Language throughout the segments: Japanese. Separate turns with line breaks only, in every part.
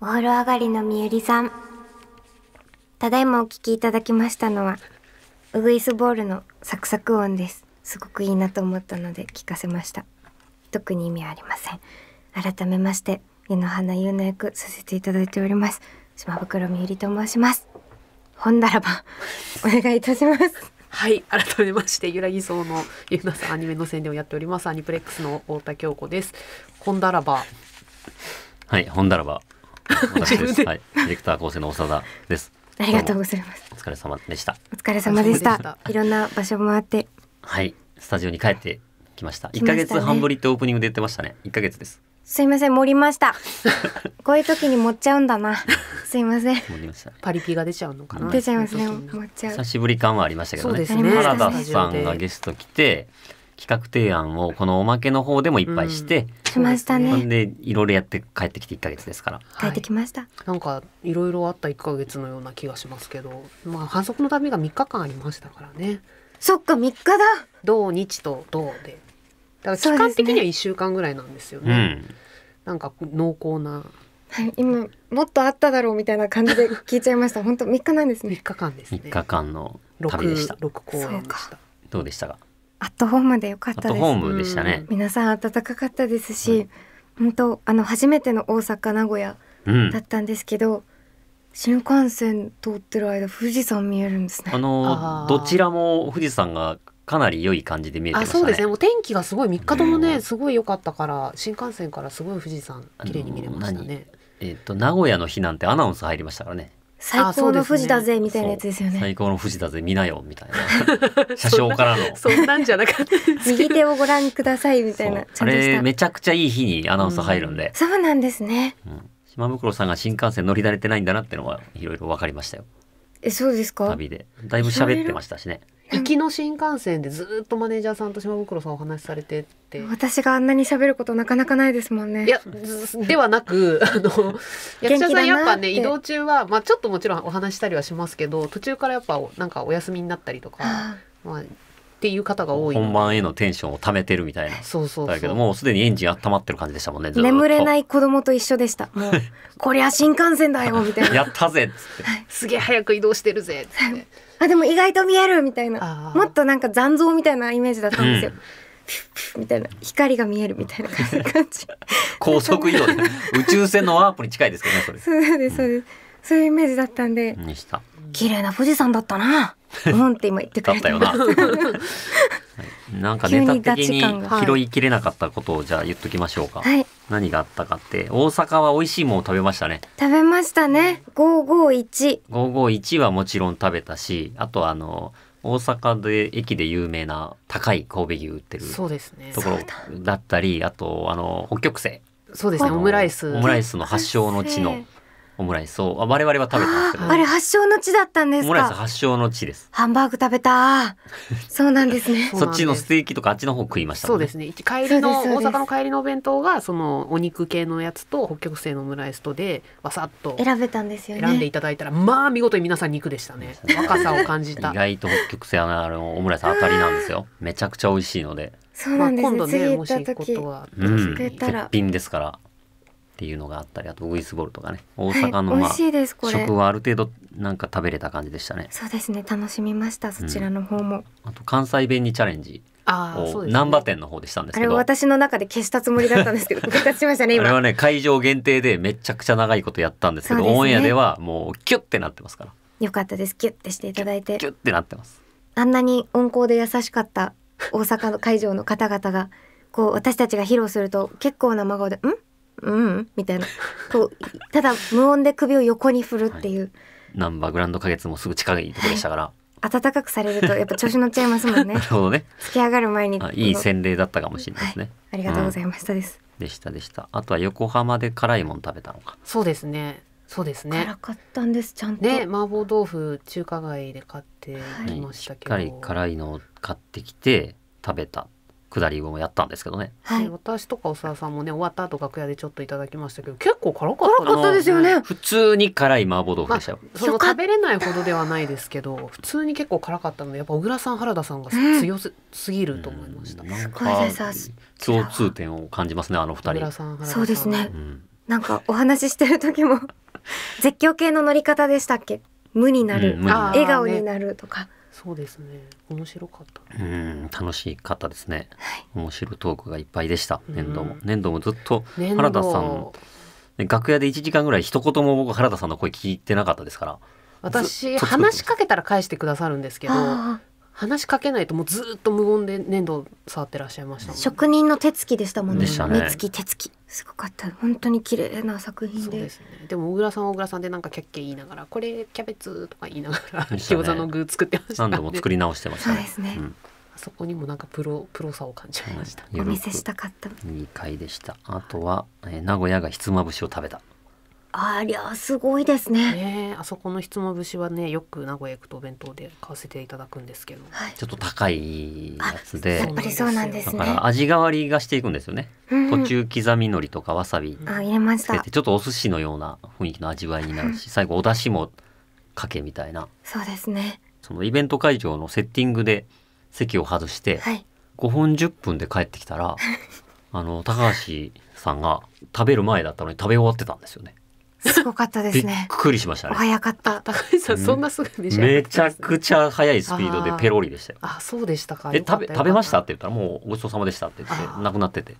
お風呂上がりのみゆりさん。ただいまお聞きいただきましたのは、ウグイスボールのサクサク音です。すごくいいなと思ったので聞かせました。特に意味はありません。改めまして、湯の花優の役させていただいております。島袋みゆりと申します。本ならば、お願いいたします。
はい改めましてゆらぎそうのゆうなさんアニメの宣伝をやっておりますアニプレックスの太田京子です本だらば
はい、本だらば。私で
自
す。
分で
はい、ディレクター構成の長田です。
ありがとう
ど
ご
も
ざいます。
お疲れ様でした。
お疲れ様でした。
お疲れ様でした
いろんな場所もあって、
はい、スタジオに帰ってきました。
来
一
ました
ヶ
ね
月半ぶりってオープニングで言ってましたね。一ヶ月です。
すいません、盛りました。こういう時に盛っちゃうんだな。すいません。
戻りましたね。
パリピが出ちゃうのかな
出ちゃいますね、
こういう時に
盛っちゃう
久。しぶり感はありましたけど
そうで
ね。
す
ね
原田
そうです
ね
さんがゲスト来て、企画提案をこのおまけの方でもいっぱいして、
しました
ほ
ね
んでいろいろやって帰ってきて一ヶ月ですから。
帰ってきました。
なんかいろいろあった1ヶ月のような気がしますけど、まあ、反則の旅が3日間ありましたからね
そっか、3日だ。
土日と土でだから期
そうですね
間的には1週間ぐらいなんですよ
う
ね
ん。
なんか濃厚な
はい、今、もっとあっただろうみたいな感じで聞いちゃい ました。本当3日なんですね
3。日間ですね
三日間の旅でした
6。六公演で
そ
した
どうでしたか。
アットホームでよかっ
アッ
た
ト
で
ホー
す。
ムでしたね。
皆さん暖かかったです
は
し、本当あの、初めての大阪、名古屋
うん
だ。ったんですけど、新幹線通ってる間、富士山見えるんですね
あ。の
あー
どちらも富士山がかなり良い感じで見えてま
あ
したね。
そうですねお天気がすごい3日ともね、
うん
すごい良かったから新幹線からすごい富士山綺麗に見れましたね
えっ、と名古屋の日なんてアナウンス入りましたからね。
最
あそ
高
うで
の
すね
富士だぜ、みたいなやつですよ
そう
ね。
最高の富士だぜ見なよみたい な。車掌からの。
そんなんじゃなかったですけ
右
ど
手をご覧ください、みたい
そ
な
う。
ち
あ
ゃんと
れ
し
めちゃくちゃいい日にアナウンス入るんで。
た。そうなんですね。
うん島袋さんが新幹線乗り慣れてないんだなってのはいろいろ分かりましたよ
え、そうですか
旅でだいぶ喋ってましたしね
行きの新幹線でずーっとマネージャーさんと島袋さんお話しされてって
私があんなに喋ることなかなかないですもんね。
いやずではなくあの 役
元
者
気
さ
だ
ん
な
やっぱ
って
ね移動中は、まあ、ちょっともちろんお話ししたりはしますけど途中からやっぱおなんかお休みになったりとか、
あ
まあ、っていう方が多い
本番へのテンションを貯めてるみたいな
そうそうそう
だけどもうすでにエンジン温まってる感じでしたもんね
あ眠れないい子供と一緒でした。 もう、こりゃ新幹線だよ、みたいな。
やったぜっつって
すげえ早く移動してるぜっつって
あ、でも意外と見える、みたいな
あ。ー
もっとなんか残像みたいなイメージだったんですよ。
う
ピュッピュッみたいな。光が見える、みたいな感じ。
高速移動で宇宙船のワープに近いですけどねそれ
そうです、そうです。そういうイメージだったんで、
にした。
綺麗な富士山 だったな。うんって今言ってく
だっ
れ
た
た
よな。はいなんかネタ的
急に
に
ガチ感
が
拾いきれなかったことをじゃあ言っときましょうか。
はい。
何があったかって、大阪は美味しいものを食べましたね。
食べましたね。551。
551はもちろん食べたし、あとあの、大阪で駅で有名な高い神戸牛売ってる
そうですね
ところだったり、あとあの、北極星。
そうですね
あの
オムライス
オムライスの発祥の地のオムライスを、あ我々は食べてますけど、
あれ発祥の地だったんで
オ
す
ムライス
か。
発祥の地です。
ハンバーグ食べた。そうなんですね。
そうな
そ
ん
っ
です
ちのステーキとかあっちの方食いました
そ
も
うん
ね。
ですね一帰りの
そうですそう
大
です
阪の帰りのお弁当がそのお肉系のやつと北極星のオムライスとでわさっと
選べたんですよね。
選んでいただいたら、まあ見事に皆さん肉でしたね若さを感じた
意外と北極星のあのオムライス当たりなん ですよ。めちゃくちゃ美味しいので、
そうな
まあ、
んです
今
ね。
度
次
ね
行
も
っ
した行くこと
時。
は
うん、
作れ
絶
たら
品ですからっていうのがあったり、あとウグイスボールとかね、大
はい、
阪の
美
ま
味
あ、
しいですこれ
食。はある程度なんか食べれた感じでしたね。
そうですね。楽しみました。そちらの方も。
あと関西弁にチャレンジ
ああそ
を
うですね
難波店の方でしたんで
あ
す
れ
けど、あれ
私の中で消したつもりだったんです けど、復活しましたね今。
はね会場限定でめちゃくちゃ長いことやったんですけど、
そうですね
オンエアではもうキュッてなってますから、
よかったです。キュッてしていただいて
キ、ュッてなってます。
あんなに温厚で優しかった大阪の会場の方々が、こう私たちが披露すると結構な真顔で、ん？うんみたいな。こうただ無音で首を横に振るっていう。
難波グランド花月もすぐ近いところでし たから、
暖かくされるとやっぱ調子乗っちゃいますもんね
なるほどね、
突き上がる前に
あいい
この
洗礼だったかもしれないですね。
ありがとうございましたです、
でしたでした。あとは横浜で辛いもん食べたのか。
そうですねそうですね
辛かったんですちゃんと、
ね麻婆豆腐中華街で買ってきまし
したっ
けど、
かり辛いのを買ってきて食べた下りをやったんですけどね
は
ね
い
私とかおさわさんもね終わった後楽屋でちょっといただきましたけど結構辛かった
辛かったですよね
普通に辛い麻婆豆腐でしたよ、
その
よかっ
食べれないほどではないですけど普通に結構辛かったのでやっぱ小倉さん原田さんが
うん
強す,、ぎると思いました
うんなん
すごいですさ
共通点を感じますねあの
小
二
倉
人、
さん原田さん
そうですね
うん
なんかお話ししてる時も 絶叫系の乗り方でしたっけ無になる、
うん無にな
る
笑顔になるとか、
そうですね。面白かった。
うん楽しかったですね面白いトークがいっぱいでした年度も
うん
年度もずっと
年度
原田さんで楽屋で1時間ぐらい一言も僕原田さんの声聞いてなかったですから
私
ずっと作ってます
話しかけたら返してくださるんですけど
あ
話しかけないともうずーっと無言で粘土触ってらっしゃいまし
あ
たもんね
職人の手つきでしたもんね
でした
ね
目つき手つきすごかった本当に綺麗な作品
そう
で
ですねでも小倉さんは小倉さんでなんかキャッキャ言いながらこれキャベツとか言いながら、
でしたね
餃子の具作ってました
何
んで
度も作り直してました
そうですね
うん
そこにもなんかプロプロさを感じました、
うん
お見せしたかった
2回でしたあとは、えー名古屋がひつまぶしを食べた
ありゃすごいですね
ねえ あそこのひつまぶしはねよく名古屋行くとお弁当で買わせていただくんですけど
はい
ちょっと高いやつ
や
で
っぱりそうなんです
だ
ね
から味変わりがしていくんですよね、
うんうん
途中刻み海苔とかわさび
あ入れまし
つけ
た
てちょっとお寿司のような雰囲気の味わいになる し最後お出汁もかけみたいな
そうですね
そのイベント会場のセッティングで席を外して
はい
5分10分で帰ってき たらあの高橋さんが食べる前だったのに食べ終わってたんですよね
すごかったで
びっ
すね
くりしました
お
ね
早かった
高橋さん
うん
そんなすぐ召し上が
め
っ
ちゃくちゃ速いスピードでペロリでしたよ
あそうでしたか
え
よかっ
食べ
た
食べましたっ
よ
て言ったらもうごちそうさまでしたって言
あ
っ
ー
てなくなってて
か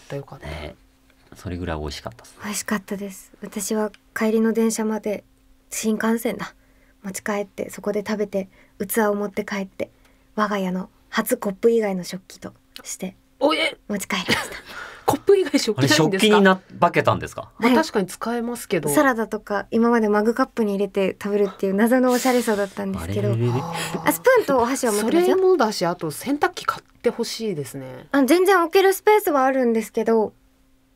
ったよかった
ねそれぐらい美味しかったです
美味しかったです私は帰りの電車まで新幹線だ持ち帰ってそこで食べて器を持って帰って我が家の初コップ以外の食器として
おえ
持ち帰りました
コップ以外食器
あれ
ないん
食
です
器
か
に な化けたんですか
まあ、
はい
確かに使えますけど
サラダとか今までマグカップに入れて食べるっていう謎のおしゃれさだったんで
あ
す
れ
けど
あー
あスプーンとお箸は持っ
そ
てます
れ
よ
もだしあと洗濯機買ってほしいですね
あ全然置けるスペースはあるんですけど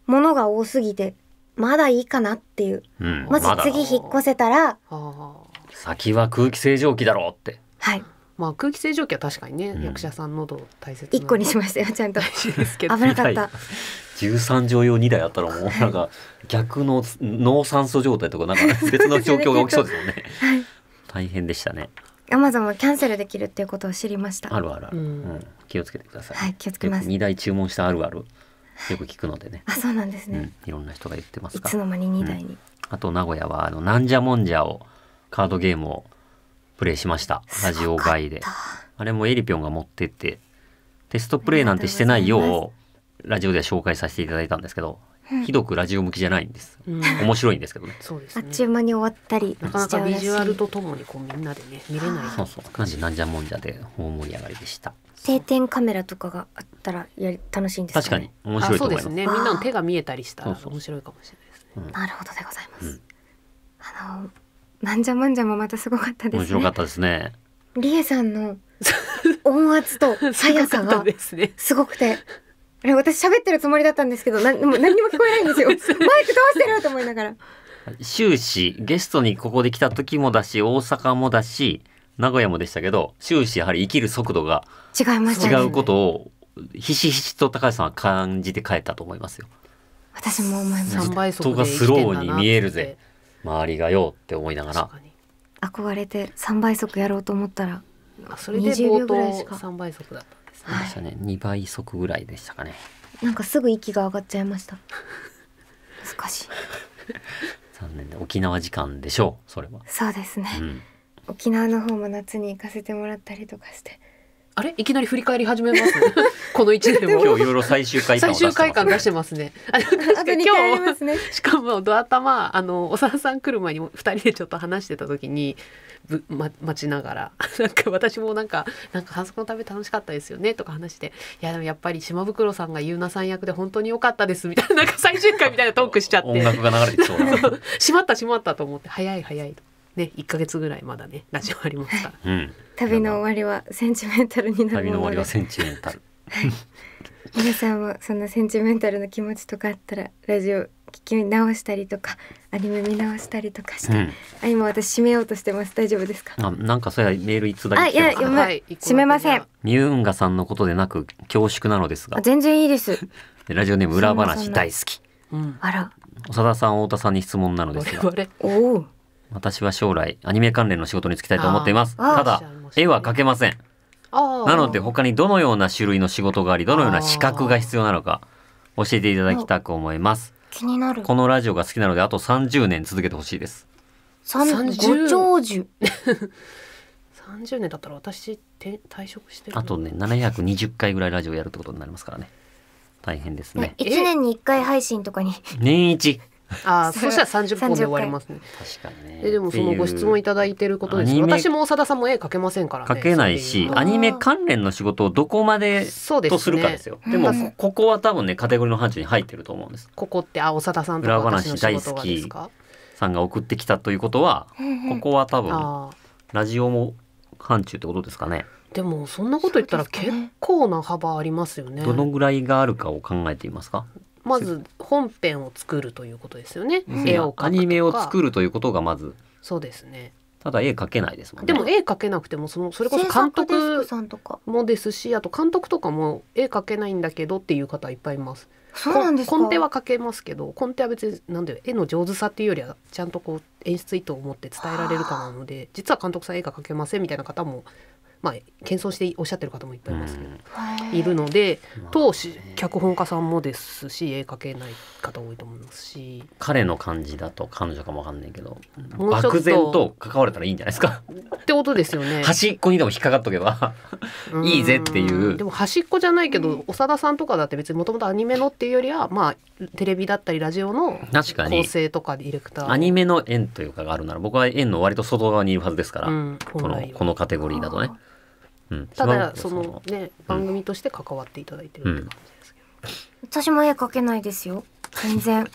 物が多すぎてまだいいかなっていう
うん
もし
まだ
次引っ越せたら
ああ
先は空気清浄機だろうって
はい
まあ空気清浄機は確かにね、
うん
役者さん喉大切な
一個にしましたよちゃんと
大事です けど
危なかっ
痛い
た
13畳用2台あったらもう なんか逆の脳酸素状態とかなん か別の状況が起きそうですよね大変でしたね
アマゾンはキャンセルできるっていうことを知りました
あるあるある、
う
うんん気をつけてください、
はい気をつけます
2台注文したあるあるよく聞くのでね、
あそうなんです
う
ね
ん、いろんな人が言ってます
い
か
つ
ら
の間に2台に
あと名古屋はあのなんじゃもんじゃをカードゲームをプレイしましたラジオ外であれもエリピョンが持ってってテストプレイなんてしてないよ
ありがと
うラジオでは紹介させていただいたんですけど、
うん
ひどくラジオ向きじゃないんです
うん
面白いんですけどね
そうで
あ
す
っちゅう
ね
間に終わったり
なかな
しち
か
ゃう
ビ
らし
ジュアル
い
とともにこうみんなでね見れない
そうそうなんじなんじゃもんじゃで大盛り上がりでした
定点カメラとかがあったらやり楽しいんです
確か
か
に
ね
面白いと思い
あ
ます
そうですねみんなの手が見えたりしたら
そうそう
面白いかもしれないですね
なるほどでございます、
うん
あのなんじゃもんじゃもまたすごかったですね
面白かったですね
リエさんの音圧 と速さ
すごかっ
が
たですね
すごくて。あれ私喋ってるつもりだったんですけど、なんもう何にも聞こえないん ですよ。マイクどうしてると思いながら。
終始ゲストにここで来た時もだし大阪もだし名古屋もでしたけど終始やはり生きる速度が
違いました
違
ね。
うことをひしひしと高橋さんは感じて帰ったと思いますよ
私も思いまし
3
た。
倍速で生きてんだな
人がスローに見えるぜ周りがよって思いながら
確かに
憧れて3倍速やろうと思ったら、
あそれで
20
冒
秒ぐらいしか
頭三倍速だったんですね
そうでしたね2倍速ぐらいでしたかね
なんかすぐ息が上がっちゃいました。難しい。
残念で沖縄時間でしょうそれは、
そうですね。
うん、
沖縄の方も夏に行かせてもらったりとかして。
あれいきなり振り返り始めますね この1年
今
も
日いろいろ最終回感を
最
出
終
してますね
回感出してますねあでも確か
あと
に
2
今
回あり
日
ますね。
しかもドア玉あの長田さん来る前に2人でちょっと話してた時にぶ、ま、待ちながら なんか私もなんか「なんか反則の旅楽しかったですよね」とか話して「いやでもやっぱり島袋さんが優奈さん役で本当に良かったです」みたいななんか最終回みたいなトークしちゃっ
音
て
楽が流れてきそうな
「 しまったしまった」と思って「早い早い」と。ね、1ヶ月ぐらいまだねラジオありますから
うん
旅の終わりはセンチメンタルになる
旅の
も
終わ
の
りは
で
センチメンタル
皆さんもそのセンチメンタルな気持ちとかあったらラジオ聞き直したりとかアニメ見直したりとかして、
うん
あ今私締めようとしてます大丈夫ですか
あなんかそれはメールいつだけ来て
あ
ま
い
す
や
け
や
ど
ばい締めません
ミューンガさんのことでなく恐縮なのですが
あ全然いいです
ラジオネーム裏
そんなそ
話
んな
大好き
うん、
あら
長田さん太田さんに質問なのです
我
が
々
おお
私は将来アニメ関連の仕事に就きたいと思っています
あー
た
あーおっ
だ
しゃいましたね
絵は描けません
あー
なので他にどのような種類の仕事がありどのような資格が必要なのか教えていただきたく思います
気になる
このラジオが好きなのであと30年続けてほしいです
三
30
ご長寿
30年だったら私転退職してるの
あとね720回ぐらいラジオやるってことになりますからね大変ですね
ね一年に一回配信とかに
年一
ああそしたら30本で終わりますね
確かにね
えでもそのご質問いただいてることで
ア
す
ニメ
私も長田さんも絵描けませんからね
書けないし
そういう
アニメ関連の仕事をどこまで
そうですね
とするかですよ
うん
でもこここは多分ねカテゴリーの範疇に入ってると思うんです
ここってあ長田さんとか
裏
私
話
の仕事がですか
さんが送ってきたということはここは多分
ああ
ラジオも範疇ってことですかね
でもそんなこと言ったら結構な幅ありますよね
どのぐらいがあるかを考えていますか
まず本編を作るということですよね、
うん
絵を描くとか
アニメを作るということがまず
そうですね
ただ絵描けないですもん
で
ね
も絵描けなくてもそのそれこ
制
そ監
作デスク
督
さんとか
もですしあと監督とかも絵描けないんだけどっていう方いっぱいいます
そうなんですか
コンコンテは描けますけどコンテは別になんで絵の上手さっていうよりはちゃんとこう演出意図を持って伝えられるかなので実は監督さん絵が描けませんみたいな方もまあ謙遜しておっしゃってる方もいっぱいいますけど、いるので
うん
当
ま
し
あね
脚本家さんもですし絵描けない方多いと思いますし
彼の感じだと彼女かもわかんないけど
もうちょっと
漠然と関われたらいいんじゃないですか
ってことですよね。
端っこにでも引っかかっとけば
うん
いいぜっていう
でも端っこじゃないけど長田さんとかだって別にもともとアニメのっていうよりはまあテレビだったりラジオの
確か
構
に
成とかディレクター
アニメの縁というかがあるなら僕は縁の割と外側にいるはずですから、
うん、
こ
本
の
来
こ
は
のカテゴリーだとね、うん、
た
島
だ
本さ
そ
ん
のね番組として関わっていただいてるって感じですけど、
私も絵描けないですよ全然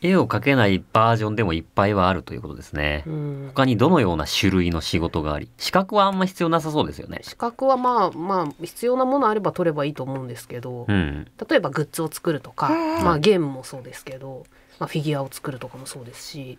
絵を描けないバージョンでもいっぱいはあるということですね、
うん
他にどのような種類の仕事があり資格はあんま必要なさそうですよね
資格はまあまあ必要なものあれば取ればいいと思うんですけど、
うん
例えばグッズを作るとか、
うん
まあ、ゲームもそうですけど、まあ、フィギュアを作るとかもそうですし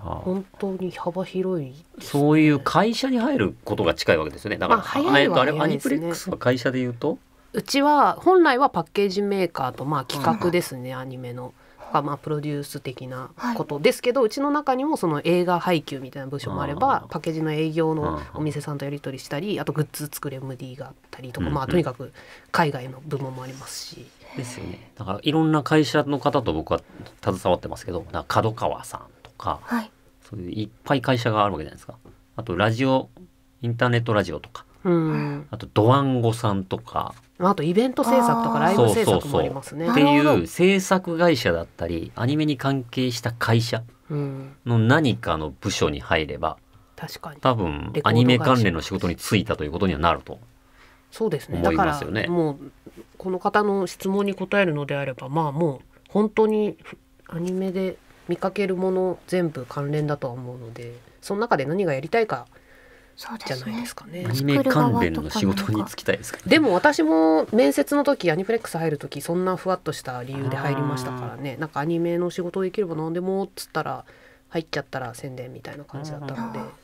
あー
本当に幅広いですね、
そういう会社に入ることが近いわけですよねだから、
まあ早いは
あれあれ
早
ア
い
ニ
で
プ
す
レ
ね
ックスは会社で言うと
うちは本来はパッケージメーカーとまあ企画ですね、アニメの。がまあプロデュース的なことですけど、うちの中にもその映画配給みたいな部署もあれば、
うん
パッケージの営業の
うん
お店さんとやり取りしたりあとグッズ作る MD があったりとか、
うん
まあとにかく海外の部門もありますし、
ですよねだからいろんな会社の方と僕は携わってますけどなんか角川さんとか
はい
そういういっぱい会社があるわけじゃないですかあとラジオインターネットラジオとか
うん、
あとドワンゴさんとか
あとイベント制作とかライブ制
そう
作
そ
も
うそ
あ
う
りますね。
っていう制作会社だったりアニメに関係した会社
うん、
の何かの部署に入れば
確かに
多分
レコード会社
アニメ関連の仕事に就いたということにはなると
そうですね
思
だ
い
か
ます
ら
よね
もうこの方の質問に答えるのであればまあもう本当にふアニメで見かけるもの全部関連だとは思うのでその中で何がやりたいか
そうで
じゃ
す
ない
ね
ですかね
ア。ニメ関連の仕事に就きたいですか
でも私も面接の時アニプレックス入る時そんなふわっとした理由で入りましたからねなんかアニメの仕事できれば何でもっつったら入っちゃったら宣伝みたいな感じだったので
うん
と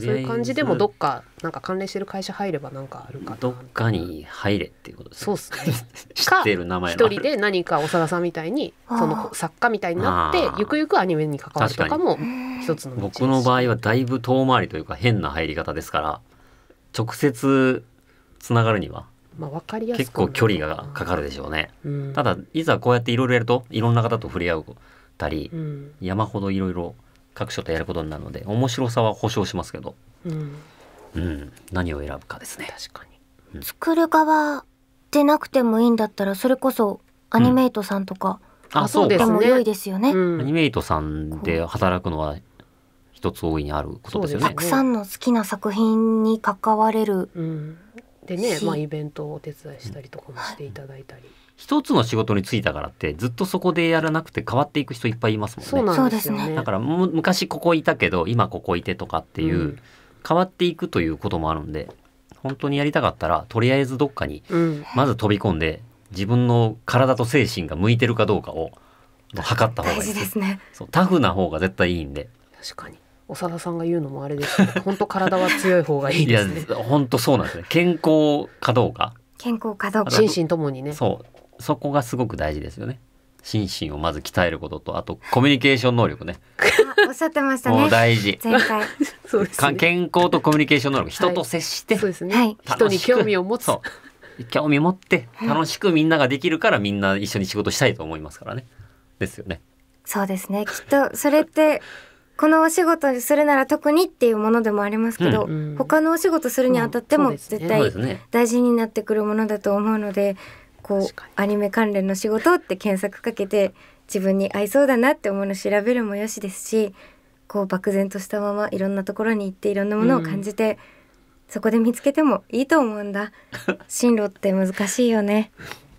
そう
りあえず
いう感じでもどっかなんか関連してる会社入ればなんかあるかな
どっかに入れっていうことです
そう
ね
っすね
知ってる名前の
一
ある
人で何か長田さんみたいに
あー
その作家みたいになって
あー
ゆくゆくアニメに関わるとかも
うん
一つの道です
僕の場合はだいぶ遠回りというか変な入り方ですから直接つながるには
まあ、分かりやすく
結構距離がかかるでしょうね
うん
ただいざこうやっていろいろやるといろんな方と触れ合うたり
うん
山ほどいろいろ各所とやることになるので面白さは保証しますけど、
うん
うん、何を選ぶかですね
確かに
作る側でなくてもいいんだったらそれこそアニメイトさんとか
あそう
で
ですね
も良いですよね。
うん
アニメイトさんで働くのは一つ大いにあることですよ
そ
ね
た
う
くさんの好きな作品に関われる
うんでね、
し
まあ、イベントをお手伝いしたりとかもしていただいたり、
一つの仕事に就いたからってずっとそこでやらなくて変わっていく人いっぱいいますも
そ
ん
う
ね
なんですよ
そうです
ね
ね
だからむ昔ここいたけど今ここいてとかっていう、
うん
変わっていくということもあるんで本当にやりたかったらとりあえずどっかに
うん
まず飛び込んで自分の体と精神が向いてるかどうかを測った方がいい
大事ですね。
そうタフな方が絶対いいんで
確かに長田さんが言うのもあれですけど本当体は強い方がいい
い
で
や
すね
本当そうなんですね健康かどうか
健康かどうか。
心身ともにね
そうそこがすごく大事ですよね心身をまず鍛えることとあとコミュニケーション能力ね
あおっしゃってました
もう
ね。
大事
前回。
そうです
か
ね
健康とコミュニケーション能力人と接して、
そうですね、
はい
人に興味を持
楽しく
つ
そう興味持って楽しくみんなができるからみんな一緒に仕事したいと思いますからねですよね。
そうですね。きっとそれってこのお仕事にするなら特にっていうものでもありますけど、
うん
うん
他のお仕事するにあたって
う
も
んそうですね
絶
そう
対
ですね。
大事になってくるものだと思うので、こ
確かに
うアニメ関連の仕事って検索かけて自分に合いそうだなって思うの調べるもよしですし、こう漠然としたままいろんなところに行っていろんなものを感じて、そこで見つけてもいいと思うんだ。進路って難しいよね。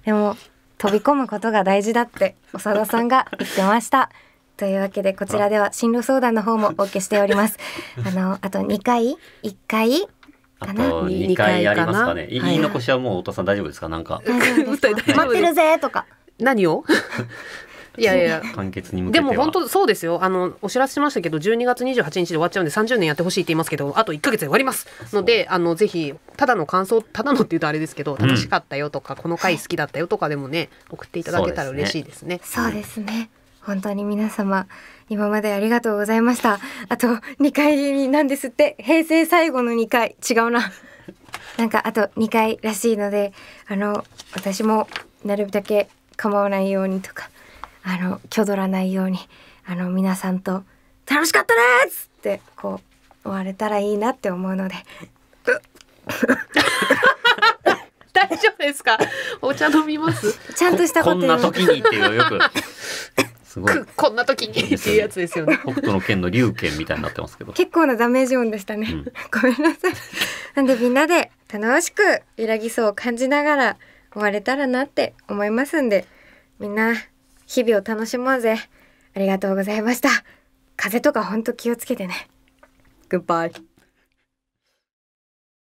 でも飛び込むことが大事だって長田さんが言ってました。というわけでこちらでは進路相談の方もお受けしており ます。あのあと2回1回
あ
か
と
な
二回ありますかね。
二回
い
かなはい
言い残しはもう太田さん大丈夫ですか。なんか
大丈夫ですか
大丈夫です
待ってるぜとか
何を いやいや
完結に向
で
けては。
も本当そうですよあのお知らせしましたけど12月28日で終わっちゃうんで30年やってほしいって言いますけどあと1ヶ月で終わりますのであのぜひただの感想ただのって言うとあれですけど
うん
楽しかったよとか、この回好きだったよとかでもね送っていただけたら
そうで
嬉
すね
しいですね。
そうですね。本当に皆様、今までありがとうございました。あと、2回になんですって、平成最後の2回、違うな。なんか、あと2回らしいので、あの、私も、なるだけ構わないようにとか、あの、挙取らないように、あの、皆さんと、楽しかったですって、こう、終われたらいいなって思うので、
大丈夫ですかお茶飲み ます
ちゃんとしたこ
ことん
言
な
う
時にっていうよくすごい
くこんな時にっていうやつですよね。
北斗の剣の龍拳みたいになってますけど。
結構なダメージ音でしたね、
うん
ごめんなさいなんでみんなで楽しく揺らぎそうを感じながら終われたらなって思いますんでみんな日々を楽しもうぜありがとうございました風邪とかほんと気をつけてねグッバイ